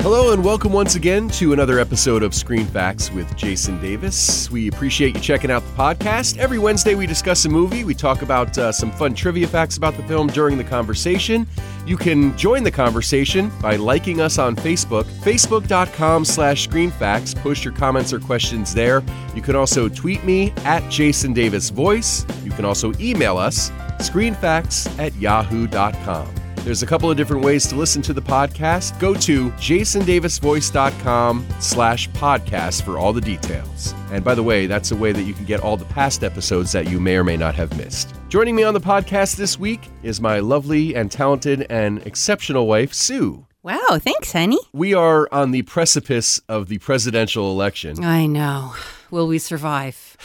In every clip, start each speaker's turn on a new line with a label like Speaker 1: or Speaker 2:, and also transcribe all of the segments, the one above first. Speaker 1: Hello, and welcome once again to another episode of Screen Facts with Jason Davis. We appreciate you checking out the podcast. Every Wednesday, we discuss a movie. We talk about uh, some fun trivia facts about the film during the conversation. You can join the conversation by liking us on Facebook, facebook.com slash screenfacts. Post your comments or questions there. You can also tweet me at Jason Davis Voice. You can also email us, screenfacts at yahoo.com. There's a couple of different ways to listen to the podcast. Go to jasondavisvoice.com slash podcast for all the details. And by the way, that's a way that you can get all the past episodes that you may or may not have missed. Joining me on the podcast this week is my lovely and talented and exceptional wife, Sue.
Speaker 2: Wow, thanks, honey.
Speaker 1: We are on the precipice of the presidential election.
Speaker 2: I know. Will we survive?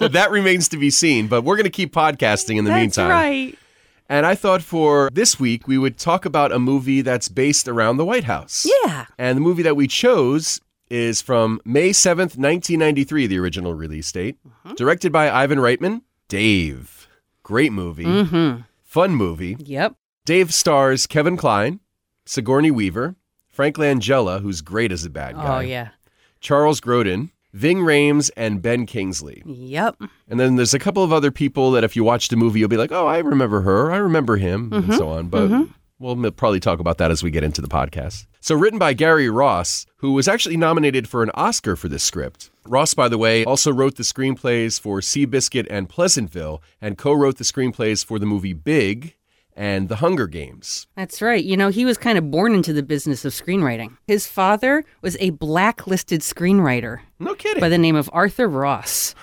Speaker 1: that remains to be seen, but we're going to keep podcasting in the meantime.
Speaker 2: right.
Speaker 1: And I thought for this week, we would talk about a movie that's based around the White House.
Speaker 2: Yeah.
Speaker 1: And the movie that we chose is from May 7th, 1993, the original release date.
Speaker 2: Uh-huh.
Speaker 1: Directed by Ivan Reitman. Dave. Great movie.
Speaker 2: Mm-hmm.
Speaker 1: Fun movie.
Speaker 2: Yep.
Speaker 1: Dave stars Kevin Klein, Sigourney Weaver, Frank Langella, who's great as a bad guy,
Speaker 2: Oh yeah.
Speaker 1: Charles Grodin, Ving Rhames, and Ben Kingsley.
Speaker 2: Yep.
Speaker 1: And then there's a couple of other people that if you watch the movie, you'll be like, oh, I remember her, I remember him,
Speaker 2: Mm-hmm.
Speaker 1: and so on. But we'll m- probably talk about that as we get into the podcast. So, written by Gary Ross, who was actually nominated for an Oscar for this script. Ross, by the way, also wrote the screenplays for Seabiscuit and Pleasantville and co wrote the screenplays for the movie Big and The Hunger Games.
Speaker 2: That's right. You know, he was kind of born into the business of screenwriting. His father was a blacklisted screenwriter
Speaker 1: No kidding.
Speaker 2: by the name of Arthur Ross.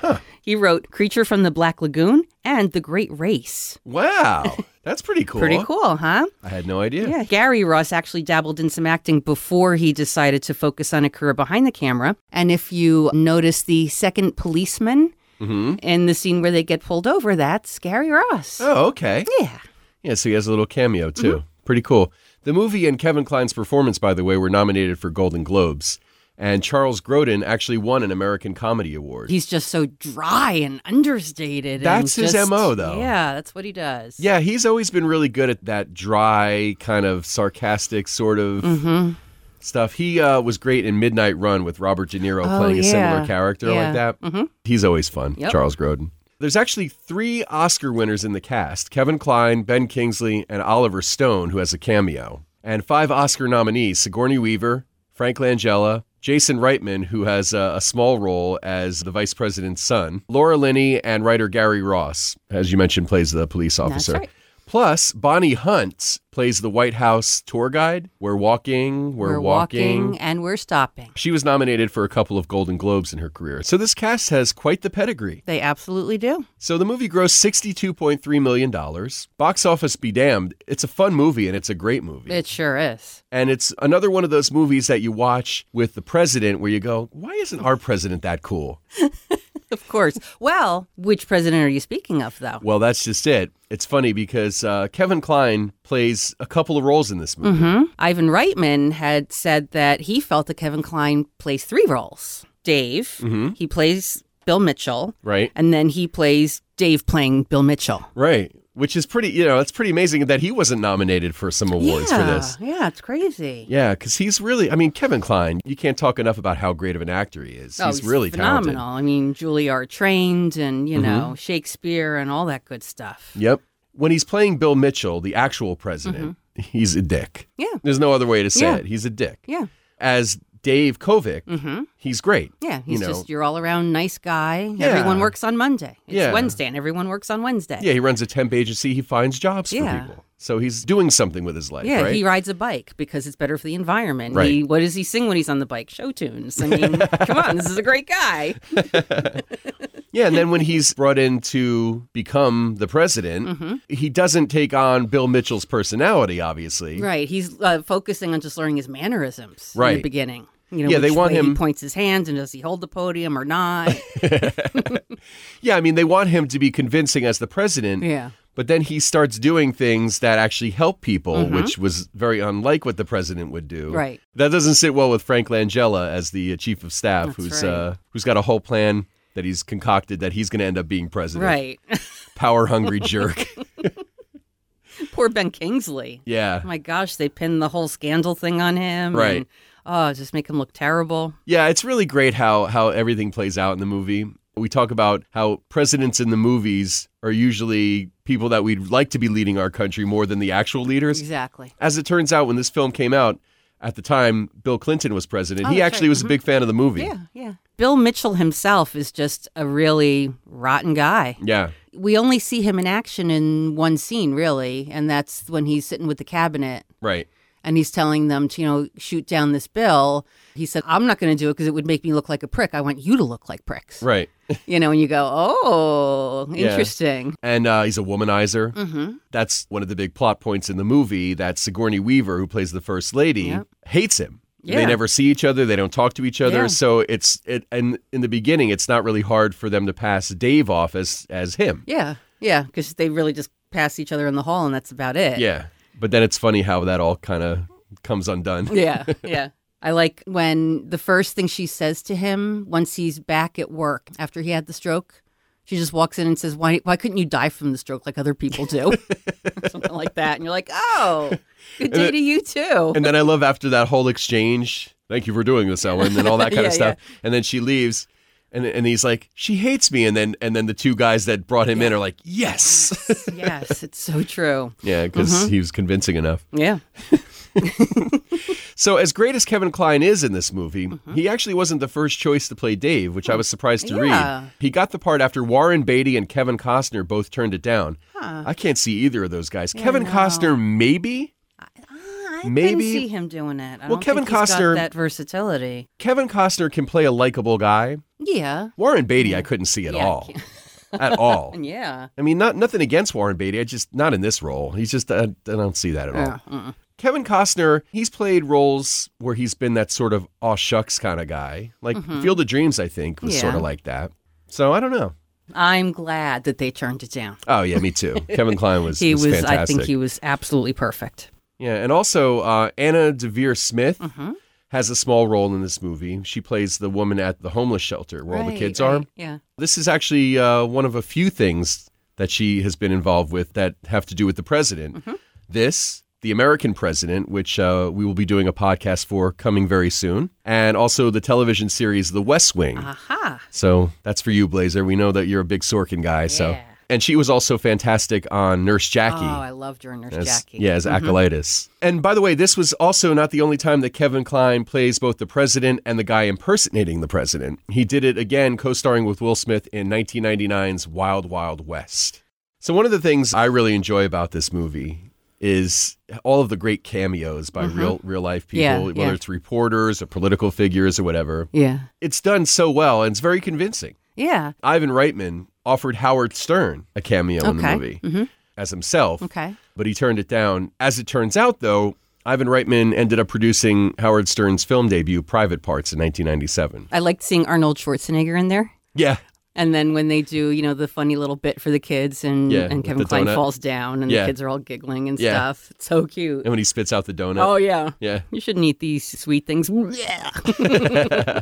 Speaker 2: He wrote Creature from the Black Lagoon and The Great Race.
Speaker 1: wow. That's pretty cool.
Speaker 2: Pretty cool, huh?
Speaker 1: I had no idea.
Speaker 2: Yeah, Gary Ross actually dabbled in some acting before he decided to focus on a career behind the camera. And if you notice the second policeman
Speaker 1: Mm-hmm.
Speaker 2: in the scene where they get pulled over, that's Gary Ross.
Speaker 1: Oh, okay.
Speaker 2: Yeah.
Speaker 1: Yeah, so he has a little cameo
Speaker 2: Mm-hmm.
Speaker 1: too. Pretty cool. The movie and Kevin Klein's performance, by the way, were nominated for Golden Globes. And Charles Grodin actually won an American Comedy Award.
Speaker 2: He's just so dry and understated. and
Speaker 1: That's his
Speaker 2: just-
Speaker 1: MO though.
Speaker 2: Yeah, that's what he does.
Speaker 1: yeah, he's always been really good at that dry, kind of sarcastic sort of
Speaker 2: Mm-hmm.
Speaker 1: stuff. He uh, was great in Midnight Run with Robert De Niro
Speaker 2: Oh,
Speaker 1: playing a similar
Speaker 2: yeah.
Speaker 1: character like
Speaker 2: Yeah.
Speaker 1: that. He's always fun,
Speaker 2: Mm-hmm. Yep.
Speaker 1: Charles Grodin. There's actually three Oscar winners in the cast Kevin Kline, Ben Kingsley, and Oliver Stone, who has a cameo. And five Oscar nominees Sigourney Weaver, Frank Langella, Jason Reitman, who has a, a small role as the vice president's son, Laura Linney, and writer Gary Ross, as you mentioned, plays the police officer.
Speaker 2: right.
Speaker 1: Plus, Bonnie Hunt plays the White House tour guide. We're walking, we're,
Speaker 2: We're walking. and we're stopping.
Speaker 1: She was nominated for a couple of Golden Globes in her career. So this cast has quite the pedigree.
Speaker 2: They absolutely do.
Speaker 1: So the movie grossed $62.3 million. Box office be damned. It's a fun movie and it's a great movie.
Speaker 2: It sure is.
Speaker 1: and it's another one of those movies that you watch with the president where you go, why isn't our president that cool?
Speaker 2: Of course. Well, which president are you speaking of, though?
Speaker 1: Well, that's just it. It's funny because uh, Kevin Klein plays a couple of roles in this movie.
Speaker 2: Mm-hmm. Ivan Reitman had said that he felt that Kevin Klein plays three roles Dave,
Speaker 1: Mm-hmm.
Speaker 2: he plays Bill Mitchell,
Speaker 1: Right?
Speaker 2: and then he plays Dave playing Bill Mitchell.
Speaker 1: Right. Which is pretty, you know, it's pretty amazing that he wasn't nominated for some awards
Speaker 2: yeah,
Speaker 1: for this.
Speaker 2: Yeah, it's crazy.
Speaker 1: Yeah, because he's really, I mean, Kevin Klein, you can't talk enough about how great of an actor he is.
Speaker 2: Oh,
Speaker 1: he's, really talented.
Speaker 2: phenomenal.
Speaker 1: Mm-hmm.
Speaker 2: I mean, Juilliard trained and, you know, Shakespeare and all that good stuff.
Speaker 1: Yep. When he's playing Bill Mitchell, the actual president, he's a dick.
Speaker 2: Mm-hmm. Yeah.
Speaker 1: There's no other way to say
Speaker 2: Yeah.
Speaker 1: it. He's a dick.
Speaker 2: Yeah.
Speaker 1: As Dave Kovic,
Speaker 2: Mm-hmm.
Speaker 1: he's great.
Speaker 2: Yeah. He's
Speaker 1: know.
Speaker 2: just your all around nice guy.
Speaker 1: Yeah.
Speaker 2: Everyone works on Monday. It's
Speaker 1: Yeah.
Speaker 2: Wednesday and everyone works on Wednesday.
Speaker 1: Yeah, he runs a temp agency. He finds jobs
Speaker 2: Yeah.
Speaker 1: for people. So he's doing something with his life,
Speaker 2: Yeah,
Speaker 1: right?
Speaker 2: he rides a bike because it's better for the environment.
Speaker 1: Right.
Speaker 2: He, what does he sing when he's on the bike? Show tunes. I mean, come on, this is a great guy.
Speaker 1: Yeah, and then when he's brought in to become the president,
Speaker 2: Mm-hmm.
Speaker 1: he doesn't take on Bill Mitchell's personality, obviously.
Speaker 2: Right. He's uh, focusing on just learning his mannerisms in
Speaker 1: Right.
Speaker 2: the beginning. You know,
Speaker 1: Yeah, they
Speaker 2: which
Speaker 1: want
Speaker 2: way
Speaker 1: him-
Speaker 2: He points his hands and does he hold the podium or not?
Speaker 1: Yeah, I mean, they want him to be convincing as the president,
Speaker 2: yeah.
Speaker 1: But then he starts doing things that actually help people, which was very unlike what the president would do.
Speaker 2: Mm-hmm. Right.
Speaker 1: That doesn't sit well with Frank Langella as the uh, chief of staff, who's
Speaker 2: right.
Speaker 1: uh, who's got a whole plan that he's concocted that he's going to end up being president.
Speaker 2: Right.
Speaker 1: Power hungry jerk.
Speaker 2: Poor Ben Kingsley.
Speaker 1: Yeah.
Speaker 2: Oh my gosh, they pinned the whole scandal thing on him.
Speaker 1: Right.
Speaker 2: and- Oh, just make him look terrible.
Speaker 1: Yeah, it's really great how how everything plays out in the movie. We talk about how presidents in the movies are usually people that we'd like to be leading our country more than the actual leaders.
Speaker 2: Exactly.
Speaker 1: As it turns out, when this film came out, at the time Bill Clinton was president,
Speaker 2: Oh,
Speaker 1: he
Speaker 2: that's
Speaker 1: actually
Speaker 2: right.
Speaker 1: was a big fan of the movie.
Speaker 2: Yeah, yeah. Bill Mitchell himself is just a really rotten guy.
Speaker 1: Yeah.
Speaker 2: We only see him in action in one scene, really, and that's when he's sitting with the cabinet
Speaker 1: Right.
Speaker 2: and he's telling them to, you know, shoot down this bill. He said, I'm not going to do it because it would make me look like a prick. I want you to look like pricks.
Speaker 1: Right.
Speaker 2: You know, and you go, oh,
Speaker 1: Yeah.
Speaker 2: interesting.
Speaker 1: And uh, he's a womanizer.
Speaker 2: hmm
Speaker 1: That's one of the big plot points in the movie that Sigourney Weaver, who plays the first lady,
Speaker 2: Yep.
Speaker 1: hates him. They
Speaker 2: Yeah.
Speaker 1: never see each other. They don't talk to each other.
Speaker 2: Yeah.
Speaker 1: So it's it, and in the beginning, it's not really hard for them to pass Dave off as as him.
Speaker 2: Yeah, yeah, because they really just pass each other in the hall and that's about it.
Speaker 1: Yeah. But then it's funny how that all kind of comes undone.
Speaker 2: yeah, yeah. I like when the first thing she says to him once he's back at work after he had the stroke, she just walks in and says, "Why, why couldn't you die from the stroke like other people do?" Something like that, and you're like, "Oh, good day to you too."
Speaker 1: And then I love after that whole exchange, thank you for doing this, Ellen, and all that kind
Speaker 2: Yeah,
Speaker 1: of stuff. And then she leaves. And, and he's like, she hates me. And then and then the two guys that brought him in are like, yes.
Speaker 2: yes, it's so true.
Speaker 1: yeah, because
Speaker 2: Mm-hmm.
Speaker 1: he was convincing enough.
Speaker 2: Yeah,
Speaker 1: So, as great as Kevin Klein is in this movie,
Speaker 2: Mm-hmm.
Speaker 1: he actually wasn't the first choice to play Dave, which I was surprised to
Speaker 2: Yeah.
Speaker 1: read. He got the part after Warren Beatty and Kevin Costner both turned it down.
Speaker 2: Huh.
Speaker 1: I can't see either of those guys. Kevin Costner, maybe?
Speaker 2: Ah, I
Speaker 1: Maybe-
Speaker 2: didn't see him doing it. I
Speaker 1: Well,
Speaker 2: don't
Speaker 1: Kevin
Speaker 2: think he's got
Speaker 1: Costner-
Speaker 2: that versatility.
Speaker 1: Kevin Costner can play a likable guy.
Speaker 2: Yeah,
Speaker 1: Warren Beatty, I couldn't see at
Speaker 2: Mm. Yeah, I
Speaker 1: all. at all.
Speaker 2: yeah.
Speaker 1: I mean, not nothing against Warren Beatty. I just not in this role. He's just uh, I don't see that at all.
Speaker 2: Uh-uh.
Speaker 1: Kevin Costner, he's played roles where he's been that sort of aw shucks kind of guy. Like Field of Dreams, I think was sort
Speaker 2: Mm-hmm. Yeah.
Speaker 1: of like that. So I don't know.
Speaker 2: I'm glad that they turned it down.
Speaker 1: Oh yeah, me too. Kevin Klein was
Speaker 2: He was,
Speaker 1: fantastic.
Speaker 2: I think, he was absolutely perfect.
Speaker 1: yeah, and also uh, Anna Devere Smith
Speaker 2: Mm-hmm.
Speaker 1: has a small role in this movie. She plays the woman at the homeless shelter where all the kids are.
Speaker 2: Yeah.
Speaker 1: This is actually uh, one of a few things that she has been involved with that have to do with the president.
Speaker 2: Mm-hmm.
Speaker 1: This, the American president, which uh, we will be doing a podcast for coming very soon, and also the television series The West Wing.
Speaker 2: Uh-huh. Aha.
Speaker 1: So that's for you, Blazer. We know that you're a big Sorkin guy. So,
Speaker 2: Yeah.
Speaker 1: and she was also fantastic on Nurse Jackie.
Speaker 2: Oh, I loved her in Nurse
Speaker 1: as,
Speaker 2: Jackie. Mm-hmm.
Speaker 1: Yeah, as Acolytus. And by the way, this was also not the only time that Kevin Klein plays both the president and the guy impersonating the president. He did it again, co starring with Will Smith in 1999's Wild Wild West. So, one of the things I really enjoy about this movie is all of the great cameos by real real life people
Speaker 2: Mm-hmm. Yeah,
Speaker 1: whether
Speaker 2: yeah.
Speaker 1: it's reporters or political figures or whatever
Speaker 2: Yeah.
Speaker 1: it's done so well and it's very convincing
Speaker 2: Yeah.
Speaker 1: ivan reitman offered howard stern a cameo in the
Speaker 2: Okay. Mm-hmm.
Speaker 1: movie as himself
Speaker 2: Okay.
Speaker 1: but he turned it down. As it turns out, though, Ivan Reitman ended up producing Howard Stern's film debut, Private Parts, in 1997.
Speaker 2: I liked seeing Arnold Schwarzenegger in there.
Speaker 1: Yeah,
Speaker 2: And then when they do, you know, the funny little bit for the kids and,
Speaker 1: Yeah,
Speaker 2: and
Speaker 1: with
Speaker 2: Kevin
Speaker 1: the
Speaker 2: Klein
Speaker 1: donut.
Speaker 2: falls down and
Speaker 1: Yeah.
Speaker 2: the kids are all giggling and
Speaker 1: Yeah.
Speaker 2: stuff. It's so cute.
Speaker 1: and when he spits out the donut.
Speaker 2: Oh, yeah.
Speaker 1: Yeah,
Speaker 2: You shouldn't eat these sweet things. Yeah.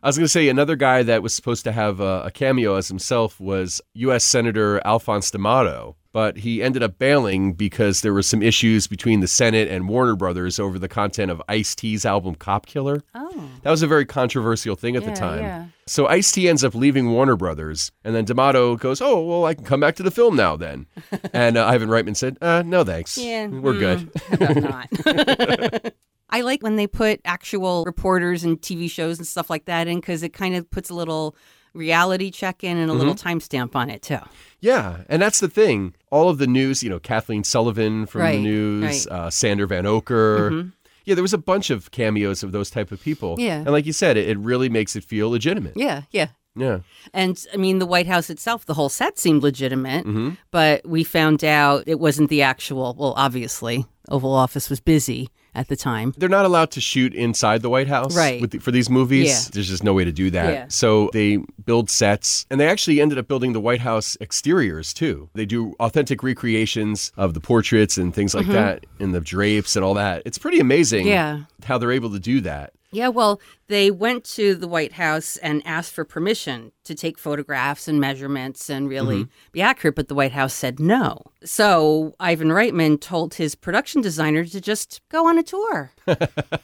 Speaker 1: I was going to say another guy that was supposed to have a, a cameo as himself was U.S. Senator Alphonse D'Amato, but he ended up bailing because there were some issues between the Senate and Warner Brothers over the content of Ice T's album Cop Killer.
Speaker 2: Oh.
Speaker 1: That was a very controversial thing at
Speaker 2: Yeah,
Speaker 1: the time.
Speaker 2: yeah.
Speaker 1: So Ice T ends up leaving Warner Brothers, and then D'Amato goes, "Oh, well, I can come back to the film now then." and uh, Ivan Reitman said, uh, "No, thanks.
Speaker 2: Yeah, Mm.
Speaker 1: We're good."
Speaker 2: not. I like when they put actual reporters and TV shows and stuff like that in because it kind of puts a little reality check in and a little timestamp on it too.
Speaker 1: yeah, and that's the thing. All of the news, you know, Kathleen Sullivan from the
Speaker 2: Right, Mm-hmm.
Speaker 1: news, uh, Sander Van Oker. Yeah, there was a bunch of cameos of those type of people.
Speaker 2: Yeah.
Speaker 1: and like you said, it, it really makes it feel legitimate.
Speaker 2: Yeah, yeah.
Speaker 1: Yeah,
Speaker 2: And I mean, the White House itself, the whole set seemed legitimate,
Speaker 1: Mm-hmm.
Speaker 2: but we found out it wasn't the actual. Well, obviously, Oval Office was busy at the time.
Speaker 1: they're not allowed to shoot inside the White House
Speaker 2: Right.
Speaker 1: with the, for these movies.
Speaker 2: Yeah.
Speaker 1: There's just no way to do that.
Speaker 2: Yeah.
Speaker 1: So they build sets and they actually ended up building the White House exteriors too. They do authentic recreations of the portraits and things like that and the drapes and all that. It's pretty amazing
Speaker 2: Mm-hmm. Yeah.
Speaker 1: how they're able to do that.
Speaker 2: Yeah, well, they went to the White House and asked for permission to take photographs and measurements and really
Speaker 1: Mm-hmm.
Speaker 2: be accurate, but the White House said no. So Ivan Reitman told his production designer to just go on a tour.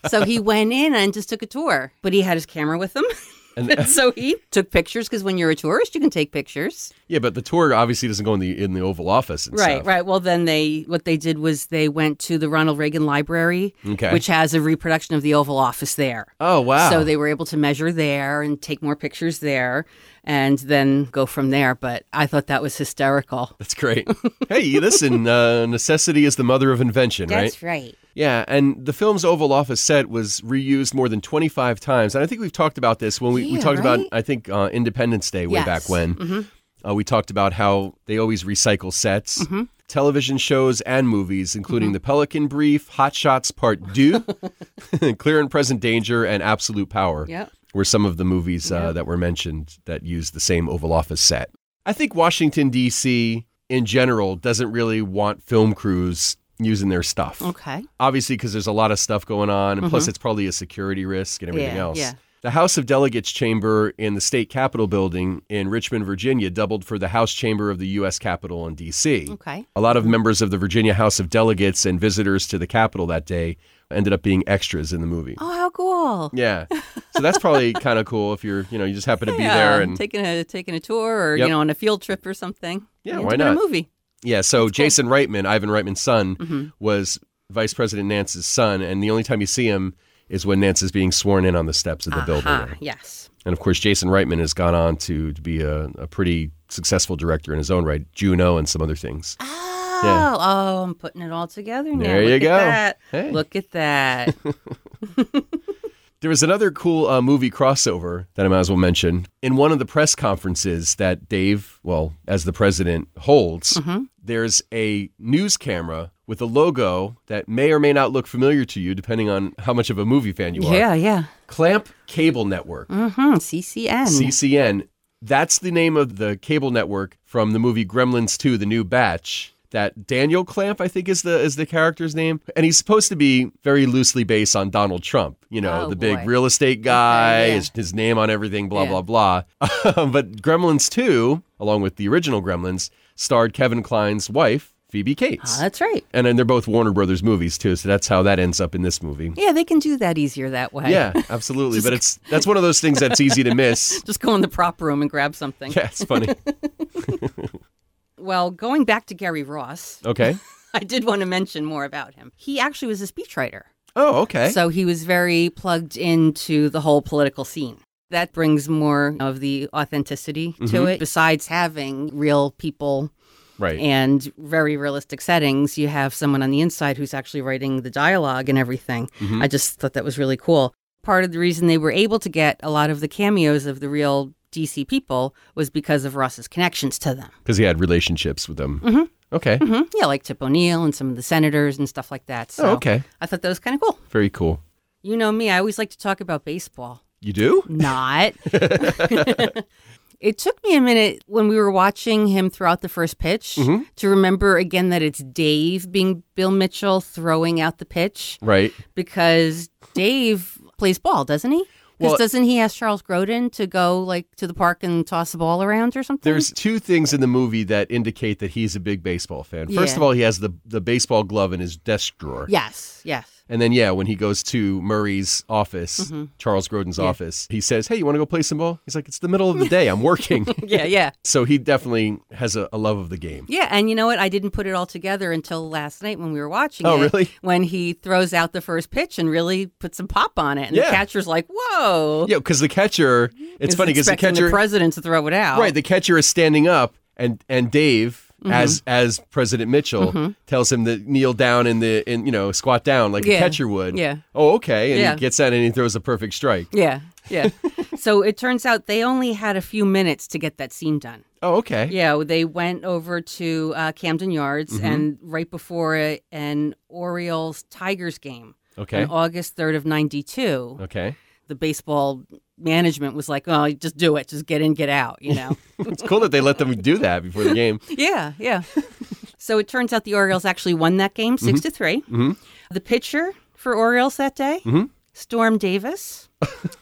Speaker 2: so he went in and just took a tour, but he had his camera with him.
Speaker 1: And-
Speaker 2: so he took pictures because when you're a tourist, you can take pictures.
Speaker 1: Yeah, but the tour obviously doesn't go in the in the Oval Office and
Speaker 2: Right,
Speaker 1: stuff.
Speaker 2: right. Well, then they what they did was they went to the Ronald Reagan Library,
Speaker 1: Okay.
Speaker 2: which has a reproduction of the Oval Office there.
Speaker 1: Oh wow.
Speaker 2: So they were able to measure there and take more pictures there, and then go from there. But I thought that was hysterical.
Speaker 1: That's great. hey, listen, uh, necessity is the mother of invention, right?
Speaker 2: right.
Speaker 1: Yeah, and the film's Oval Office set was reused more than 25 times. And I think we've talked about this when we, we
Speaker 2: Yeah,
Speaker 1: talked about,
Speaker 2: right?
Speaker 1: I think, uh, Independence Day way
Speaker 2: Yes. Mm-hmm.
Speaker 1: back when. Uh, we talked about how they always recycle sets. Television shows and movies, including
Speaker 2: Mm-hmm.
Speaker 1: The Pelican Brief, Hot Shots Part 2, Clear and Present Danger, and Absolute Power
Speaker 2: Yep.
Speaker 1: were some of the movies uh, that were mentioned that used the same Oval Office set. I think Washington, D.C. in general doesn't really want film crews using their stuff.
Speaker 2: Okay.
Speaker 1: Obviously, because there's a lot of stuff going on, and plus it's probably a security risk and everything
Speaker 2: Mm-hmm. Yeah,
Speaker 1: else.
Speaker 2: yeah.
Speaker 1: The House of Delegates chamber in the state capitol building in Richmond, Virginia, doubled for the House chamber of the U.S. Capitol in D.C.
Speaker 2: Okay.
Speaker 1: A lot of members of the Virginia House of Delegates and visitors to the Capitol that day ended up being extras in the movie.
Speaker 2: Oh, how cool!
Speaker 1: Yeah. So that's probably kind of cool if you're, you know, you just happen to be
Speaker 2: Yeah,
Speaker 1: there and
Speaker 2: taking a taking a tour or
Speaker 1: Yep.
Speaker 2: you know on a field trip or something.
Speaker 1: Yeah,
Speaker 2: And
Speaker 1: why
Speaker 2: doing
Speaker 1: not?
Speaker 2: a movie?
Speaker 1: yeah, so Jason Reitman, Ivan Reitman's son, was Vice President Nance's son and the only time you see him is when Nance is being sworn in on the steps of the
Speaker 2: Aha,
Speaker 1: building.
Speaker 2: yes.
Speaker 1: And of course, Jason Reitman has gone on to, to be a, a pretty successful director in his own right, Juno and some other things.
Speaker 2: Oh,
Speaker 1: Yeah.
Speaker 2: oh, I'm putting it all together now.
Speaker 1: There
Speaker 2: Look
Speaker 1: you
Speaker 2: at
Speaker 1: go.
Speaker 2: That.
Speaker 1: Hey.
Speaker 2: Look at that.
Speaker 1: There was another cool uh, movie crossover that I might as well mention. In one of the press conferences that Dave, well, as the president, holds, there's a news camera with a logo that may or may not look familiar to you, depending on how much of a movie fan you are.
Speaker 2: yeah, yeah.
Speaker 1: Clamp Cable Network,
Speaker 2: Mm-hmm. CCN.
Speaker 1: CCN. That's the name of the cable network from the movie Gremlins 2, The New Batch. That Daniel Clamp, I think, is the is the character's name, and he's supposed to be very loosely based on Donald Trump. You know,
Speaker 2: Oh,
Speaker 1: the big
Speaker 2: boy.
Speaker 1: real estate guy,
Speaker 2: yeah.
Speaker 1: his, his name on everything, blah
Speaker 2: Yeah.
Speaker 1: blah blah. but Gremlins 2, along with the original Gremlins, starred Kevin Kline's wife, Phoebe
Speaker 2: Ah,
Speaker 1: Cates,
Speaker 2: that's right.
Speaker 1: and then they're both Warner Brothers movies too. So that's how that ends up in this movie.
Speaker 2: Yeah, they can do that easier that way.
Speaker 1: Yeah, absolutely. but it's that's one of those things that's easy to miss.
Speaker 2: Just go in the prop room and grab something.
Speaker 1: Yeah, it's funny.
Speaker 2: Well, going back to Gary Ross,
Speaker 1: Okay.
Speaker 2: I did want to mention more about him. He actually was a speechwriter.
Speaker 1: Oh, okay.
Speaker 2: So he was very plugged into the whole political scene. That brings more of the authenticity to it. Besides having real people
Speaker 1: right.
Speaker 2: and very realistic settings, you have someone on the inside who's actually writing the dialogue and everything. I just thought that was really cool. Part of the reason they were able to get a lot of the cameos of the real DC people was because of Ross's connections to them.
Speaker 1: Because he had relationships with them. Okay.
Speaker 2: Mhm. Yeah, like Tip O'Neill and some of the senators and stuff like that. So
Speaker 1: Oh, okay.
Speaker 2: I thought that was kind of cool.
Speaker 1: Very cool.
Speaker 2: You know me, I always like to talk about baseball.
Speaker 1: You do?
Speaker 2: Not. it took me a minute when we were watching him throw out the first pitch
Speaker 1: Mm-hmm.
Speaker 2: to remember again that it's Dave being Bill Mitchell throwing out the pitch
Speaker 1: Right.
Speaker 2: because Dave plays ball, doesn't he? Because
Speaker 1: Well-
Speaker 2: doesn't he ask Charles Grodin to go like to the park and toss a ball around or something?
Speaker 1: There's two things in the movie that indicate that he's a big baseball fan. First
Speaker 2: Yeah.
Speaker 1: of all, he has the, the baseball glove in his desk drawer.
Speaker 2: yes, yes.
Speaker 1: And then, yeah, when he goes to Murray's office,
Speaker 2: Mm-hmm.
Speaker 1: Charles Grodin's office, he says, Hey, you want to go play some ball? He's like, It's the middle of the day. I'm working.
Speaker 2: Yeah, yeah.
Speaker 1: so he definitely has a, a love of the game.
Speaker 2: Yeah, and you know what? I didn't put it all together until last night when we were watching
Speaker 1: Oh,
Speaker 2: it.
Speaker 1: really?
Speaker 2: When he throws out the first pitch and really puts some pop on it, and
Speaker 1: Yeah.
Speaker 2: the catcher's like, "Whoa!"
Speaker 1: Yeah, because the catcher, it's
Speaker 2: Is
Speaker 1: funny because the
Speaker 2: expecting
Speaker 1: catcher,
Speaker 2: president to throw it out.
Speaker 1: Right, the catcher is standing up, and and Dave,
Speaker 2: Mm-hmm.
Speaker 1: as as President Mitchell, tells him to kneel down in the in you know squat down like a
Speaker 2: Yeah.
Speaker 1: catcher would.
Speaker 2: Yeah.
Speaker 1: Oh, okay. And
Speaker 2: Yeah.
Speaker 1: he gets that, and he throws a perfect strike.
Speaker 2: Yeah, yeah. so it turns out they only had a few minutes to get that scene done.
Speaker 1: Oh, okay.
Speaker 2: Yeah, they went over to uh, Camden Yards,
Speaker 1: Mm-hmm.
Speaker 2: and right before it, an Orioles Tigers game
Speaker 1: Okay. Uh.
Speaker 2: on August third of ninety two.
Speaker 1: Okay.
Speaker 2: The baseball management was like, "Oh, just do it, just get in, get out," you know.
Speaker 1: It's cool that they let them do that before the game.
Speaker 2: Yeah, yeah. so it turns out the Orioles actually won that game 6 to 3 The pitcher for Orioles that day, Storm Davis,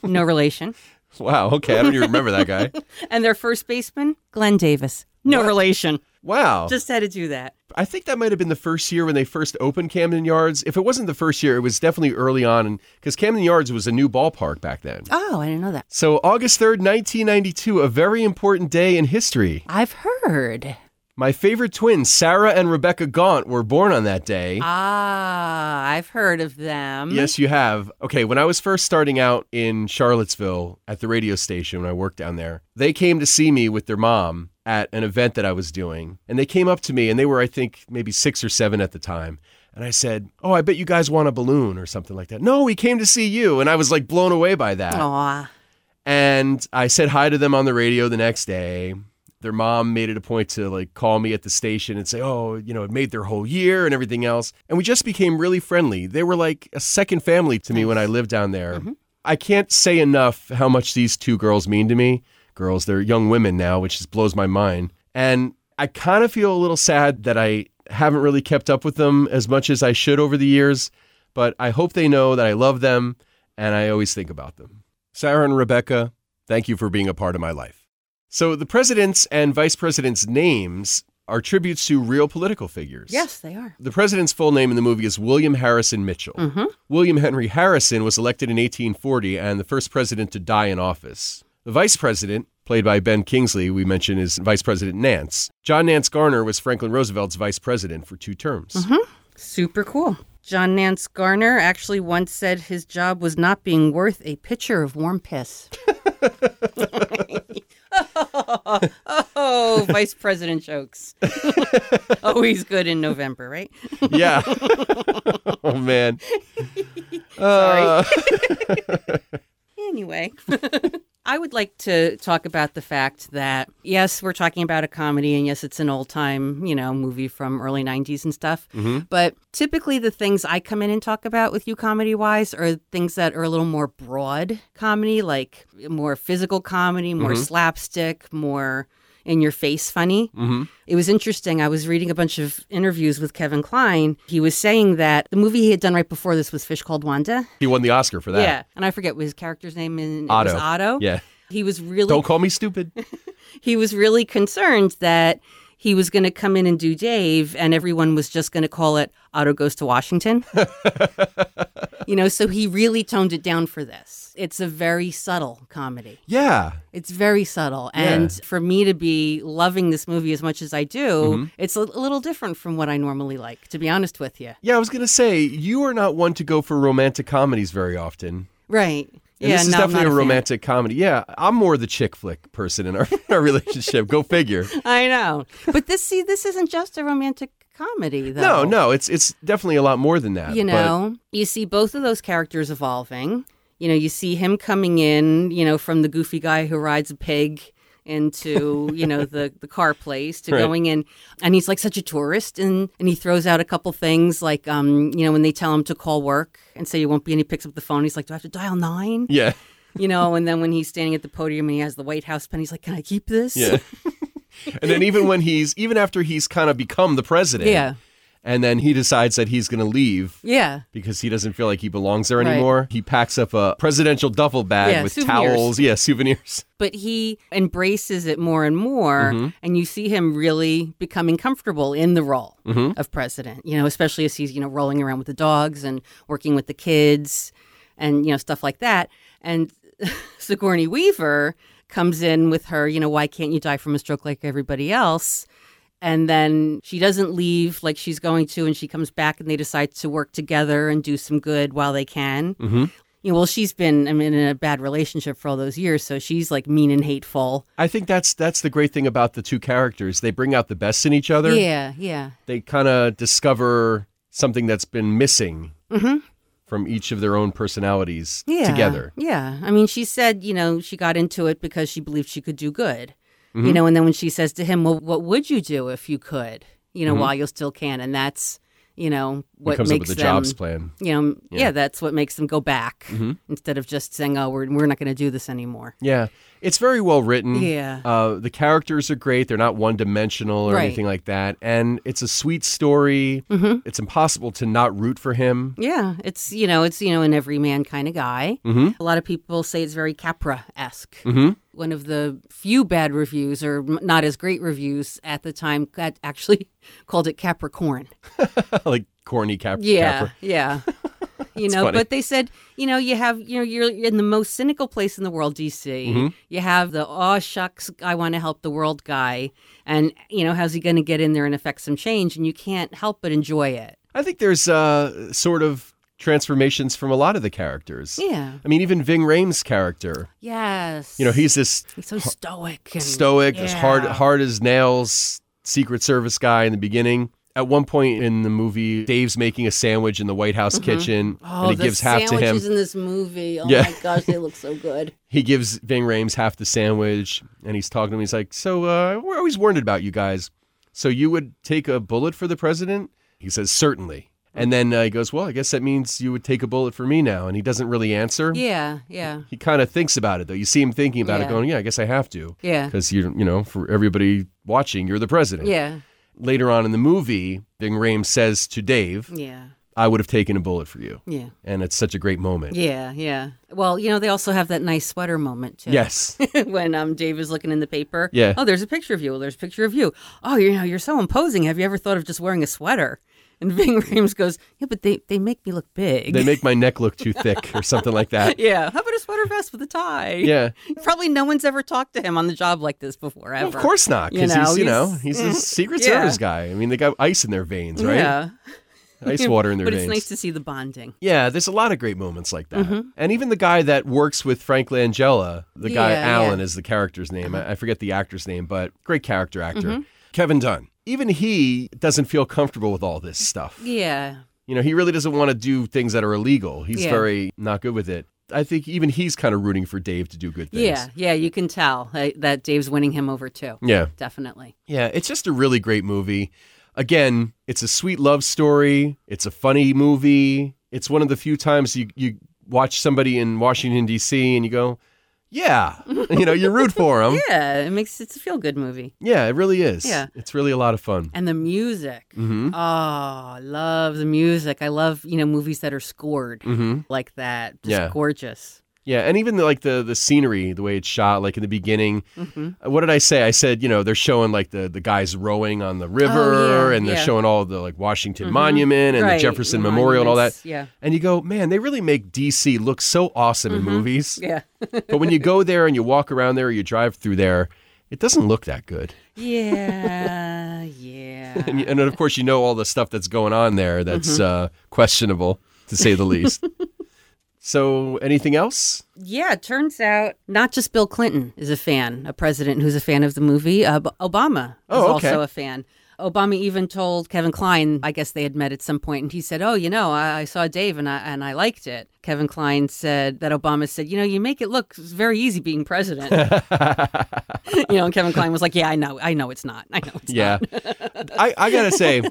Speaker 2: no relation.
Speaker 1: Wow. Okay. I don't even remember that guy.
Speaker 2: And their first baseman, Glenn Davis, no relation.
Speaker 1: Wow.
Speaker 2: Just had to do that.
Speaker 1: I think that might have been the first year when they first opened Camden Yards. If it wasn't the first year, it was definitely early on because Camden Yards was a new ballpark back then.
Speaker 2: Oh, I didn't know that.
Speaker 1: So, August 3rd, 1992, a very important day in history.
Speaker 2: I've heard.
Speaker 1: My favorite twins, Sarah and Rebecca Gaunt, were born on that day.
Speaker 2: Um. Ah, I've heard of them.
Speaker 1: Yes, you have. Okay, when I was first starting out in Charlottesville at the radio station when I worked down there, they came to see me with their mom at an event that I was doing. And they came up to me and they were, I think, maybe six or seven at the time. And I said, Oh, I bet you guys want a balloon or something like that. No, we came to see you. And I was like blown away by that.
Speaker 2: Aw.
Speaker 1: And I said hi to them on the radio the next day. Their mom made it a point to like call me at the station and say, "Oh, you know, it made their whole year and everything else." And we just became really friendly. They were like a second family to me when I lived down there. I can't say enough how much these two girls mean to me. Girls, they're young women now, which just blows my mind. And I kind of feel a little sad that I haven't really kept up with them as much as I should over the years, but I hope they know that I love them and I always think about them. Sarah and Rebecca, thank you for being a part of my life. So, the president's and vice president's names are tributes to real political figures.
Speaker 2: Yes, they are.
Speaker 1: The president's full name in the movie is William Harrison Mitchell.
Speaker 2: Mm-hmm.
Speaker 1: William Henry Harrison was elected in 1840 and the first president to die in office. The vice president, played by Ben Kingsley, we mentioned is Vice President Nance. John Nance Garner was Franklin Roosevelt's vice president for two terms.
Speaker 2: Mm-hmm. Super cool. John Nance Garner actually once said his job was not being worth a pitcher of warm piss. oh, Vice President jokes. Always good in November, right?
Speaker 1: Yeah. oh, man. Uh,
Speaker 2: Sorry. anyway, I would like to talk about the fact that, yes, we're talking about a comedy, and yes, it's an old time, you know, movie from early 90s and stuff. But typically, the things I come in and talk about with you comedy wise are things that are a little more broad comedy, like more physical comedy, more slapstick, more in your face funny. It was interesting. I was reading a bunch of interviews with Kevin Klein. He was saying that the movie he had done right before this was Fish Called Wanda.
Speaker 1: He won the Oscar for that.
Speaker 2: Yeah, and I forget what his character's name in it
Speaker 1: Otto.
Speaker 2: was Otto.
Speaker 1: Yeah.
Speaker 2: He was really
Speaker 1: Don't call me stupid.
Speaker 2: he was really concerned that he was going to come in and do Dave, and everyone was just going to call it Otto Goes to Washington. you know, so he really toned it down for this. It's a very subtle comedy.
Speaker 1: Yeah.
Speaker 2: It's very subtle. And for me to be loving this movie as much as I do,
Speaker 1: Mm-hmm.
Speaker 2: it's a a little different from what I normally like, to be honest with you.
Speaker 1: Yeah, I was going to say, you are not one to go for romantic comedies very often.
Speaker 2: Right.
Speaker 1: And
Speaker 2: yeah,
Speaker 1: this is
Speaker 2: no, I'm
Speaker 1: definitely
Speaker 2: not
Speaker 1: a
Speaker 2: fan.
Speaker 1: romantic comedy. Yeah, I'm more the chick flick person in our, our relationship. Go figure.
Speaker 2: I know. But this, see, this isn't just a romantic comedy, though.
Speaker 1: No, no, it's it's definitely a lot more than that.
Speaker 2: You
Speaker 1: but-
Speaker 2: know, you see both of those characters evolving. You know, you see him coming in, you know, from the goofy guy who rides a pig into, you know, the, the car place to
Speaker 1: Right.
Speaker 2: going in and he's like such a tourist and, and he throws out a couple things like um, you know, when they tell him to call work and say you won't be and he picks up the phone, he's like, Do I have to dial nine?
Speaker 1: yeah,
Speaker 2: You know, and then when he's standing at the podium and he has the White House pen, he's like, Can I keep this?
Speaker 1: yeah. and then even when he's even after he's kind of become the president,
Speaker 2: Yeah.
Speaker 1: and then he decides that he's going to leave
Speaker 2: Yeah.
Speaker 1: because he doesn't feel like he belongs there
Speaker 2: Right.
Speaker 1: anymore. He packs up a presidential duffel bag
Speaker 2: Yeah,
Speaker 1: with
Speaker 2: souvenirs.
Speaker 1: towels, yeah, souvenirs.
Speaker 2: but he embraces it more and more and you see him really becoming comfortable in the role of president you know especially as he's you know rolling around with the dogs and working with the kids and you know stuff like that and sigourney weaver comes in with her you know why can't you die from a stroke like everybody else and then she doesn't leave like she's going to and she comes back and they decide to work together and do some good while they can you know, well, she's been I mean in a bad relationship for all those years, so she's like mean and hateful.
Speaker 1: I think that's that's the great thing about the two characters. They bring out the best in each other.
Speaker 2: Yeah, yeah,
Speaker 1: They kind of discover something that's been missing from each of their own personalities
Speaker 2: Mm-hmm. yeah.
Speaker 1: together.
Speaker 2: Yeah, I mean, she said you know she got into it because she believed she could do good.
Speaker 1: Mm-hmm.
Speaker 2: You know, and then when she says to him, "Well, what would you do if you could?" You know, while you still can, and that's you know
Speaker 1: What
Speaker 2: what
Speaker 1: Mm-hmm. comes up
Speaker 2: makes
Speaker 1: with the
Speaker 2: them
Speaker 1: jobs plan.
Speaker 2: you know
Speaker 1: Yeah. Mm-hmm.
Speaker 2: yeah. that's what makes them go back instead of just saying oh we're, we're not going to do this anymore
Speaker 1: Yeah, it's very well written.
Speaker 2: Yeah.
Speaker 1: uh, the characters are great. They're not one dimensional or
Speaker 2: Right. Mm-hmm.
Speaker 1: anything like that. And it's a sweet story. It's impossible to not root for him.
Speaker 2: yeah it's you know it's you know an everyman kind of guy
Speaker 1: Mhm.
Speaker 2: a lot of people say it's very capra-esque
Speaker 1: Mhm.
Speaker 2: one of the few bad reviews or m- not as great reviews at the time that actually called it capricorn
Speaker 1: like corny Cap.
Speaker 2: Yeah,
Speaker 1: Capra.
Speaker 2: yeah. You know,
Speaker 1: funny.
Speaker 2: but they said, you know, you have, you know, you're in the most cynical place in the world, DC.
Speaker 1: Mm-hmm.
Speaker 2: You have the, oh, shucks, I want to help the world guy. And, you know, how's he going to get in there and affect some change? And you can't help but enjoy it.
Speaker 1: I think there's uh, sort of transformations from a lot of the characters.
Speaker 2: Yeah.
Speaker 1: I mean, even Ving Rhames' character.
Speaker 2: Yes.
Speaker 1: You know, he's this
Speaker 2: he's so stoic. And,
Speaker 1: stoic, as hard
Speaker 2: Yeah.
Speaker 1: hard as nails, Secret Service guy in the beginning. At one point in the movie, Dave's making a sandwich in the White House kitchen,
Speaker 2: Oh,
Speaker 1: and he
Speaker 2: the
Speaker 1: gives half to him.
Speaker 2: sandwiches in this movie. Oh
Speaker 1: Yeah.
Speaker 2: my gosh, they look so good.
Speaker 1: he gives Ving Rhames half the sandwich, and he's talking to him. He's like, "So uh, we're always worried about you guys. So you would take a bullet for the president?" He says, "Certainly." And then uh, he goes, "Well, I guess that means you would take a bullet for me now." And he doesn't really answer.
Speaker 2: Yeah, yeah,
Speaker 1: He kind of thinks about it though. You see him thinking about it,
Speaker 2: Yeah.
Speaker 1: going, "Yeah, I guess I have to,"
Speaker 2: yeah,
Speaker 1: because you you know, for everybody watching, you're the president.
Speaker 2: yeah,
Speaker 1: Later on in the movie, Ving Rhames says to Dave,
Speaker 2: yeah,
Speaker 1: "I would have taken a bullet for you,"
Speaker 2: yeah.
Speaker 1: and it's such a great moment.
Speaker 2: Yeah, yeah. Well, you know, they also have that nice sweater moment too.
Speaker 1: Yes.
Speaker 2: when um Dave is looking in the paper.
Speaker 1: Yeah.
Speaker 2: Oh, there's a picture of you. Well, there's a picture of you. Oh, you know, you're so imposing. Have you ever thought of just wearing a sweater? And Ving Rhames goes, Yeah, but they, they make me look big.
Speaker 1: they make my neck look too thick or something like that.
Speaker 2: yeah. How about a sweater vest with a tie?
Speaker 1: Yeah.
Speaker 2: Probably no one's ever talked to him on the job like this before ever.
Speaker 1: Of course not,
Speaker 2: You
Speaker 1: because he's
Speaker 2: know,
Speaker 1: you know
Speaker 2: he's- mm.
Speaker 1: he's a Secret
Speaker 2: yeah.
Speaker 1: Service guy. I mean, they got ice in their veins, right?
Speaker 2: Yeah.
Speaker 1: Ice water in their
Speaker 2: but
Speaker 1: veins.
Speaker 2: it's nice to Mm-hmm. see the bonding.
Speaker 1: yeah, there's a lot of great moments like that, and even the guy that works with Frank Langella, the guy
Speaker 2: Yeah, Uh-huh.
Speaker 1: Alan
Speaker 2: yeah.
Speaker 1: is the character's name. I, I forget the actor's name, but great character actor,
Speaker 2: Mm-hmm.
Speaker 1: Kevin Dunn. Even he doesn't feel comfortable with all this stuff.
Speaker 2: Yeah.
Speaker 1: You know, he really doesn't want to do things that are illegal. He's
Speaker 2: Yeah.
Speaker 1: very not good with it. I think even he's kind of rooting for Dave to do good things.
Speaker 2: Yeah. Yeah. You can tell uh, that Dave's winning him over too.
Speaker 1: Yeah.
Speaker 2: Definitely.
Speaker 1: Yeah, it's just a really great movie. Again, it's a sweet love story. It's a funny movie. It's one of the few times you, you watch somebody in Washington, D.C., and you go, yeah, you know, you root for them.
Speaker 2: Yeah. It makes it's a feel good movie.
Speaker 1: Yeah, it really is.
Speaker 2: Yeah.
Speaker 1: It's really a lot of fun.
Speaker 2: And the music.
Speaker 1: Mm-hmm.
Speaker 2: Oh, I love the music. I love, you know, movies that are scored
Speaker 1: Mm-hmm.
Speaker 2: like that. Just
Speaker 1: Yeah.
Speaker 2: gorgeous.
Speaker 1: Yeah, and even the, like the the scenery, the way it's shot, like in the beginning.
Speaker 2: hmm
Speaker 1: What did I say? I said, you know, they're showing like the, the guys rowing on the river,
Speaker 2: Oh, yeah,
Speaker 1: and they're
Speaker 2: yeah. Mm-hmm.
Speaker 1: showing all the like Washington Monument and the Jefferson Memorial and all that.
Speaker 2: Yeah.
Speaker 1: And you go, man, they really make DC look so awesome
Speaker 2: Mm-hmm.
Speaker 1: in movies.
Speaker 2: Yeah.
Speaker 1: but when you go there and you walk around there or you drive through there, it doesn't look that good.
Speaker 2: Yeah. yeah.
Speaker 1: And, and of course, you know all the stuff that's going on there that's
Speaker 2: Mm-hmm.
Speaker 1: uh, questionable, to say the least. so, anything else?
Speaker 2: Yeah, it turns out not just Bill Clinton is a fan, a president who's a fan of the movie. Uh, B- Obama is
Speaker 1: Oh, okay.
Speaker 2: also a fan. Obama even told Kevin Klein, I guess they had met at some point, and he said, "Oh, you know, I, I saw Dave and I and I liked it." Kevin Klein said that Obama said, "You know, you make it look very easy being president." you know, and Kevin Klein was like, "Yeah, I know, I know it's not. I know it's
Speaker 1: Yeah. I, I got to say,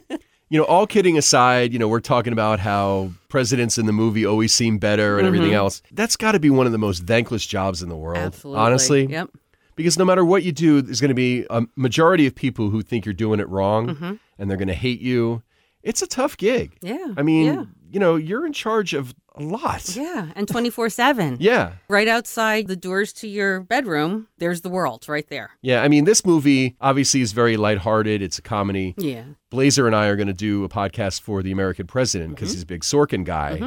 Speaker 1: you know, all kidding aside, you know, we're talking about how presidents in the movie always seem better and
Speaker 2: Mm-hmm.
Speaker 1: everything else. That's got to be one of the most thankless jobs in the world,
Speaker 2: not." Absolutely,
Speaker 1: honestly.
Speaker 2: Yep.
Speaker 1: Because no matter what you do, there's going to be a majority of people who think you're doing it wrong and they're going to hate you. It's a tough gig.
Speaker 2: Mm-hmm. Yeah.
Speaker 1: I mean,
Speaker 2: yeah,
Speaker 1: you know, you're in charge of a lot.
Speaker 2: yeah, and twenty four seven.
Speaker 1: Yeah.
Speaker 2: Right outside the doors to your bedroom, there's the world right there.
Speaker 1: Yeah. I mean, this movie obviously is very lighthearted. It's a comedy.
Speaker 2: Yeah.
Speaker 1: Blazer and I are going to do a podcast for the American president
Speaker 2: Mm-hmm.
Speaker 1: because he's a big Sorkin guy.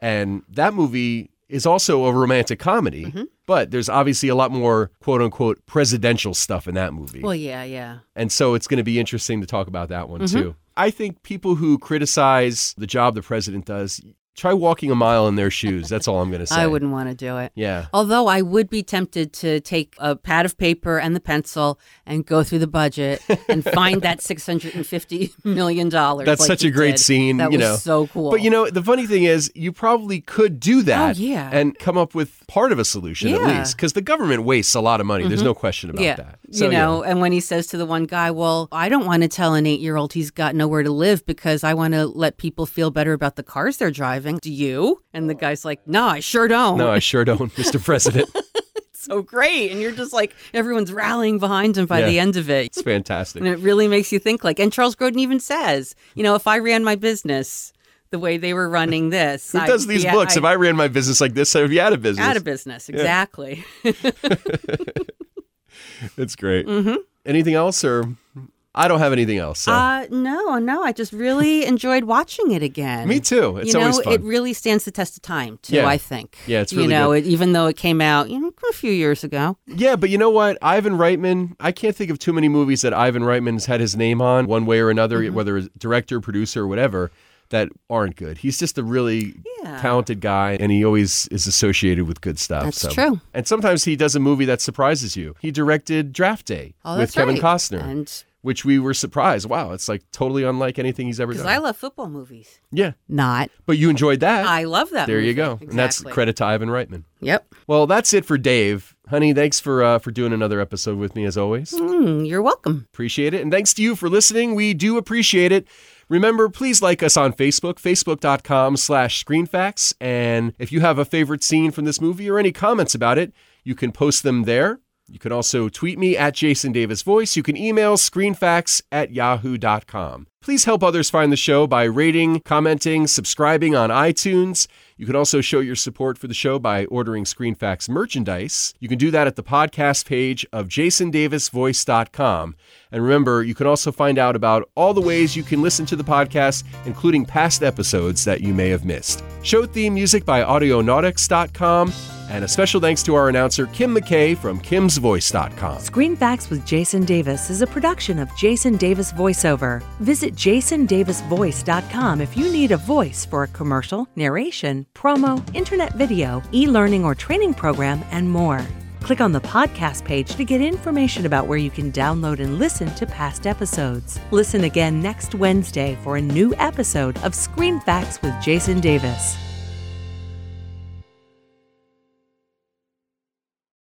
Speaker 1: And that movie is also a romantic comedy,
Speaker 2: Mm-hmm.
Speaker 1: but there's obviously a lot more quote unquote presidential stuff in that movie.
Speaker 2: Well, yeah, yeah.
Speaker 1: And so it's going to be
Speaker 2: Mm-hmm.
Speaker 1: interesting to talk about that one too. I think people who criticize the job the president does Try walking a mile in their shoes. That's all I'm going to say.
Speaker 2: I wouldn't want to do it.
Speaker 1: Yeah.
Speaker 2: Although I would be tempted to take a pad of paper and the pencil and go through the budget and find that six hundred and fifty million dollars.
Speaker 1: That's such a great scene,
Speaker 2: That
Speaker 1: you
Speaker 2: was
Speaker 1: know.
Speaker 2: so cool. Oh,
Speaker 1: But you know, the funny thing is, you probably could do that
Speaker 2: yeah.
Speaker 1: and come up with part of a solution at
Speaker 2: Yeah. Mm-hmm.
Speaker 1: least, because the government wastes a lot of money. There's no question about
Speaker 2: yeah,
Speaker 1: that.
Speaker 2: you know, and when he says to the one guy, "Well, I don't want to tell an eight-year-old he's got nowhere to live because I want to let people feel better about the cars they're driving." Do you? And the guy's like, "No, I sure don't."
Speaker 1: No, I sure don't, Mr. President.
Speaker 2: so great. And you're just like, everyone's rallying behind him by
Speaker 1: Yeah.
Speaker 2: the end of it.
Speaker 1: It's fantastic.
Speaker 2: And it really makes you think like, and Charles Grodin even says, you know, if I ran my business the way they were running this,
Speaker 1: Who does these books? if I ran my business like this, I'd be out of business.
Speaker 2: out of business, exactly.
Speaker 1: It's great. Anything else, or I don't have anything else. So.
Speaker 2: Mm-hmm. Uh, no, no, I just really enjoyed watching it again.
Speaker 1: Me too. It's
Speaker 2: you know,
Speaker 1: always fun.
Speaker 2: it really stands the test of time too.
Speaker 1: Yeah.
Speaker 2: I think.
Speaker 1: Yeah, it's
Speaker 2: you
Speaker 1: really
Speaker 2: know, it, even though it came out you know a few years ago.
Speaker 1: Yeah, but you know what? Ivan Reitman, I can't think of too many movies that Ivan Reitman's had his name on one way or another,
Speaker 2: Mm-hmm.
Speaker 1: whether it's director, producer, or whatever, that aren't good. He's just a really
Speaker 2: Yeah.
Speaker 1: talented guy and he always is associated with good stuff.
Speaker 2: That's
Speaker 1: so.
Speaker 2: true.
Speaker 1: And sometimes he does a movie that surprises you. He directed Draft Day
Speaker 2: Oh,
Speaker 1: with
Speaker 2: that's
Speaker 1: Kevin
Speaker 2: right.
Speaker 1: Costner.
Speaker 2: and
Speaker 1: which we were surprised. Wow, it's like totally unlike anything he's ever
Speaker 2: because
Speaker 1: done.
Speaker 2: I love football movies.
Speaker 1: yeah,
Speaker 2: Not.
Speaker 1: but you enjoyed that.
Speaker 2: I love that.
Speaker 1: there you
Speaker 2: movie.
Speaker 1: go. And that's
Speaker 2: Exactly.
Speaker 1: credit to Ivan Reitman.
Speaker 2: Yep.
Speaker 1: Well, that's it for Dave. Honey, thanks for uh, for doing another episode with me as always.
Speaker 2: Mm, you're welcome.
Speaker 1: Appreciate it. And thanks to you for listening. We do appreciate it. Remember, please like us on Facebook, facebook.com slash screenfacts. And if you have a favorite scene from this movie or any comments about it, you can post them there. You can also tweet me at Jason Davis Voice. You can email screenfacts at yahoo.com. Please help others find the show by rating, commenting, subscribing on iTunes. You can also show your support for the show by ordering ScreenFacts merchandise. You can do that at the podcast page of jasondavisvoice.com. And remember, you can also find out about all the ways you can listen to the podcast, including past episodes that you may have missed. Show theme music by audionautics.com. And a special thanks to our announcer, Kim McKay from kimsvoice.com.
Speaker 3: Screen Facts with Jason Davis is a production of Jason Davis VoiceOver. Visit jasondavisvoice.com if you need a voice for a commercial, narration, promo, internet video, e learning or training program, and more. Click on the podcast page to get information about where you can download and listen to past episodes. Listen again next Wednesday for a new episode of Screen Facts with Jason Davis.